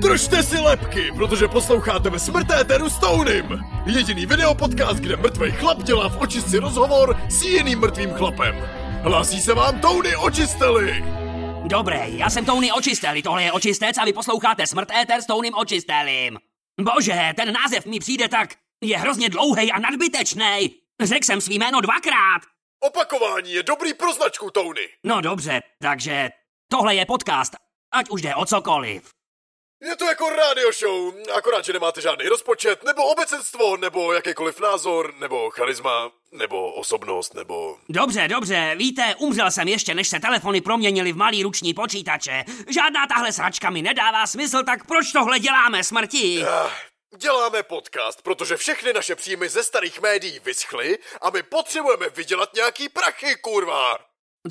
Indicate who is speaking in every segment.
Speaker 1: Držte si lepky, protože posloucháte ve smrté teru s Tounem. Jediný videopodcast, kde mrtvý chlap dělá v očistci rozhovor s jiným mrtvým chlapem. Hlásí se vám Tony Očisteli.
Speaker 2: Dobré, já jsem Tony Očisteli, tohle je Očistec a vy posloucháte Smrt Éter s Tonym Očistelím. Bože, ten název mi přijde tak, je hrozně dlouhý a nadbytečný. Řekl jsem svý jméno dvakrát.
Speaker 1: Opakování je dobrý pro značku Tony.
Speaker 2: No dobře, takže tohle je podcast, ať už jde o cokoliv.
Speaker 1: Je to jako radio show, akorát, že nemáte žádný rozpočet, nebo obecenstvo, nebo jakýkoliv názor, nebo charisma, nebo osobnost, nebo...
Speaker 2: Dobře, dobře, víte, umřel jsem ještě, než se telefony proměnily v malý ruční počítače. Žádná tahle sračka mi nedává smysl, tak proč tohle děláme, smrti?
Speaker 1: Ah, Děláme podcast, protože všechny naše příjmy ze starých médií vyschly a my potřebujeme vydělat nějaký prachy, kurva!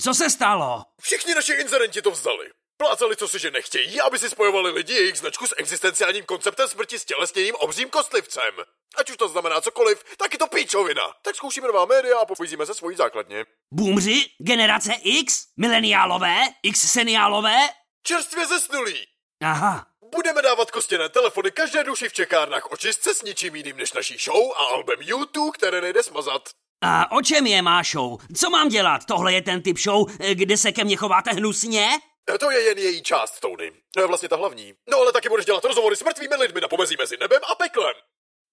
Speaker 2: Co se stalo?
Speaker 1: Všichni naši inzerenti to vzdali. Plácali co si, že nechtějí, aby si spojovali lidi jejich značku s existenciálním konceptem smrti s tělesněným obřím kostlivcem. Ať už to znamená cokoliv, tak je to píčovina. Tak zkoušíme nová média a povízíme se svojí základně.
Speaker 2: Boomři? Generace X? Mileniálové? X-seniálové?
Speaker 1: Čerstvě zesnulí!
Speaker 2: Aha,
Speaker 1: Budeme dávat kostěné telefony každé duši v čekárnách očistce s ničím jiným než naší show a albem YouTube, které nejde smazat.
Speaker 2: A o čem je má show? Co mám dělat? Tohle je ten typ show, eh, kde se ke mně chováte hnusně?
Speaker 1: To je jen její část, Tony. To je vlastně ta hlavní. No ale taky budeš dělat rozhovory s mrtvými lidmi na pomezí mezi nebem a peklem.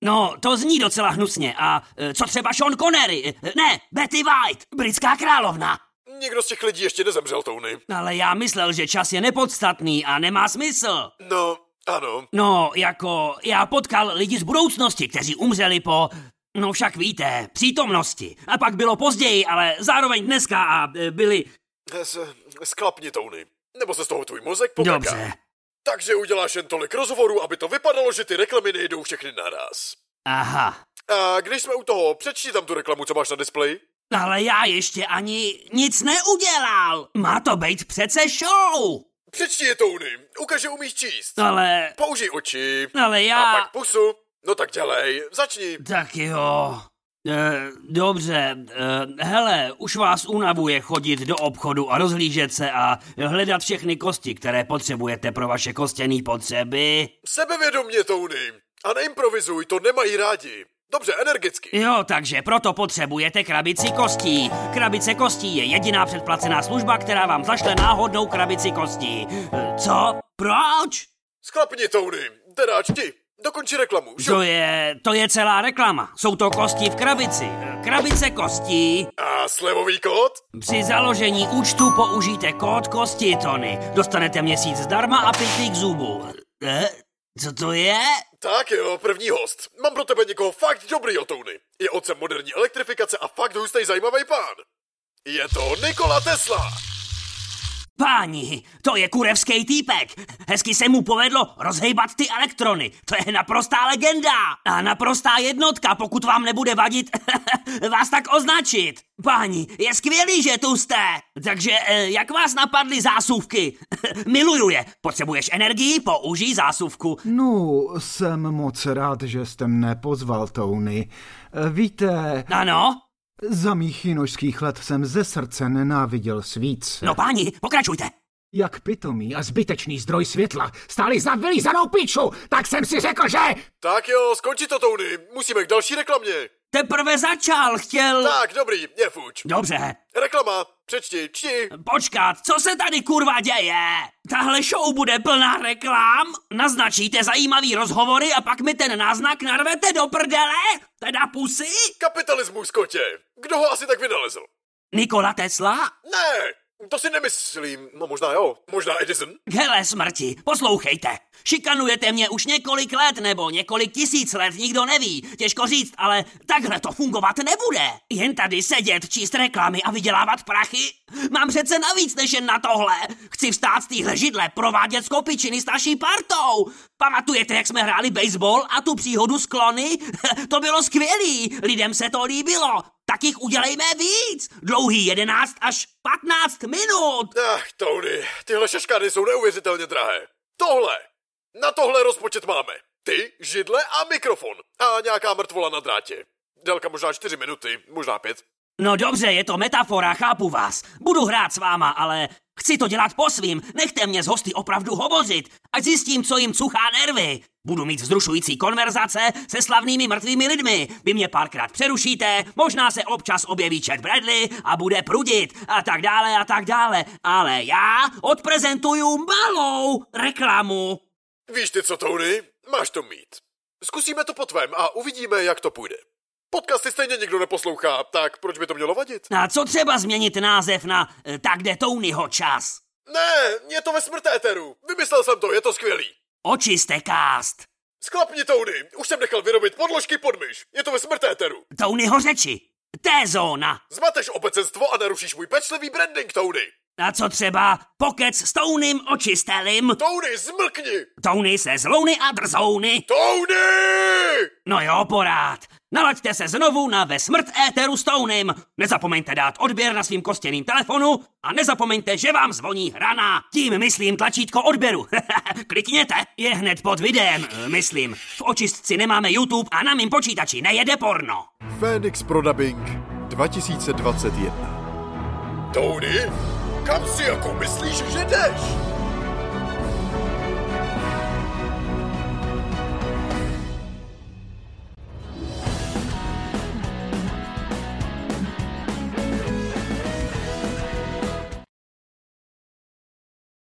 Speaker 2: No, to zní docela hnusně. A eh, co třeba Sean Connery? Eh, Ne, Betty White, britská královna.
Speaker 1: Nikdo z těch lidí ještě nezemřel, Tony.
Speaker 2: Ale já myslel, že čas je nepodstatný a nemá smysl.
Speaker 1: No, ano.
Speaker 2: No, jako já potkal lidi z budoucnosti, kteří umřeli po... No však víte, přítomnosti. A pak bylo později, ale zároveň dneska a eh, byli...
Speaker 1: S, sklapni, Tony. Nebo se z toho tvůj mozek pokaká.
Speaker 2: Dobře.
Speaker 1: Takže uděláš jen tolik rozhovorů, aby to vypadalo, že ty reklamy nejdou všechny naraz.
Speaker 2: Aha.
Speaker 1: A když jsme u toho, přečti tam tu reklamu, co máš na displeji.
Speaker 2: Ale já ještě ani nic neudělal. Má to být přece show.
Speaker 1: Přečti je, Tony. Ukaž, že umíš číst.
Speaker 2: No. Ale,
Speaker 1: Použij oči.
Speaker 2: ale
Speaker 1: A
Speaker 2: já...
Speaker 1: pak pusu. No tak dělej, začni.
Speaker 2: Tak jo. E, dobře, e, hele, už vás unavuje chodit do obchodu a rozhlížet se a hledat všechny kosti, které potřebujete pro vaše kostěné potřeby.
Speaker 1: Sebevědomně, Tony. A neimprovizuj, to nemají rádi. Dobře, energicky.
Speaker 2: Jo, takže proto potřebujete krabici kostí. Krabice kostí je jediná předplacená služba, která vám zašle náhodnou krabici kostí. E, co? Proč?
Speaker 1: Sklapni, Tony. Teda čti. Dokonči reklamu. Šo-
Speaker 2: To je, to je celá reklama. Jsou to kosti v krabici. E, Krabice kostí.
Speaker 1: A slevový kód?
Speaker 2: Při založení účtu použijte kód kosti, Tony. Dostanete měsíc zdarma a pitlík zubů. Eh? Co to je?
Speaker 1: Tak jo, první host. Mám pro tebe někoho fakt dobrýho, Tony. Je otcem moderní elektrifikace a fakt hustej zajímavý pán. Je to Nikola Tesla.
Speaker 2: Páni, to je kurevský týpek. Hezky se mu povedlo rozhejbat ty elektrony. To je naprostá legenda. A naprostá jednotka, pokud vám nebude vadit, vás tak označit. Páni, je skvělý, že tu jste. Takže eh, jak vás napadly zásuvky? Miluju je. Potřebuješ energii? Použij zásuvku.
Speaker 3: No, jsem moc rád, že jste mne pozval, Tony. E, Víte,
Speaker 2: Ano?
Speaker 3: za mých jinožských let jsem ze srdce nenáviděl svíc.
Speaker 2: No páni, pokračujte.
Speaker 3: Jak pitomý a
Speaker 4: zbytečný zdroj světla stáli za vylízanou píču, tak jsem si řekl, že...
Speaker 1: Tak jo, skonči to, Tony. Musíme k další reklamě.
Speaker 2: Teprve začal, chtěl...
Speaker 1: Tak, dobrý, mě fuč.
Speaker 2: Dobře,
Speaker 1: Reklama, přečti, čti.
Speaker 2: počkat, co se tady kurva děje? Tahle show bude plná reklam? Naznačíte zajímavý rozhovory a pak mi ten náznak narvete do prdele? Teda pusy?
Speaker 1: Kapitalismus, kotě. Kdo ho asi tak vynalezl?
Speaker 2: Nikola Tesla?
Speaker 1: Ne, to si nemyslím. No možná jo. Možná Edison?
Speaker 2: Hele smrti, poslouchejte. Šikanujete mě už několik let nebo několik tisíc let, nikdo neví. Těžko říct, ale takhle to fungovat nebude. Jen tady sedět, číst reklamy a vydělávat prachy? Mám přece navíc než jen na tohle. Chci vstát z téhle židle, provádět skopičiny s naší partou. Pamatujete, jak jsme hráli baseball a tu příhodu s klony? to bylo skvělý, lidem se to líbilo. Tak jich udělejme víc. Dlouhý 11 až 15 minut.
Speaker 1: Ach, Tony, tyhle šaškány jsou neuvěřitelně drahé. Tohle! Na tohle rozpočet máme. Ty, židle a mikrofon. A nějaká mrtvola na drátě. Délka možná čtyři minuty, možná pět.
Speaker 2: No dobře, je to metafora, chápu vás. Budu hrát s váma, ale chci to dělat po svým. Nechte mě s hosty opravdu hovořit, ať zjistím, co jim cuchá nervy. Budu mít vzrušující konverzace se slavnými mrtvými lidmi. Vy mě párkrát přerušíte, možná se občas objeví Chad Bradley a bude prudit a tak dále a tak dále. Ale já odprezentuju malou reklamu.
Speaker 1: Víš ty co, Tony? Máš to mít. Zkusíme to po tvém a uvidíme, jak to půjde. Podcasty stejně nikdo neposlouchá, tak proč by to mělo vadit?
Speaker 2: A co třeba změnit název na eh, Tak jde Tonyho čas?
Speaker 1: Ne, je to ve smrt éteru. Vymyslel jsem to, je to skvělý.
Speaker 2: Očistekast.
Speaker 1: Sklapni, Tony, už jsem nechal vyrobit podložky pod myš. Je to ve smrt éteru.
Speaker 2: Tonyho řeči. T-zóna.
Speaker 1: Zmateš obecenstvo a narušíš můj pečlivý branding, Tony.
Speaker 2: A co třeba pokec s Towným očistelým?
Speaker 1: Tony, zmlkni!
Speaker 2: Tony se zlouny a drzouny.
Speaker 1: Tony!
Speaker 2: No jo, porád. Nalaďte se znovu na ve smrt éteru s Towným. Nezapomeňte dát odběr na svým kostěným telefonu a nezapomeňte, že vám zvoní hrana. Tím myslím tlačítko odběru. Klikněte, je hned pod videem, eh, myslím. V očistci nemáme YouTube a na mým počítači nejede porno.
Speaker 5: Fénix pro dubbing 2021.
Speaker 1: Tony, kam si jako myslíš, že jdeš?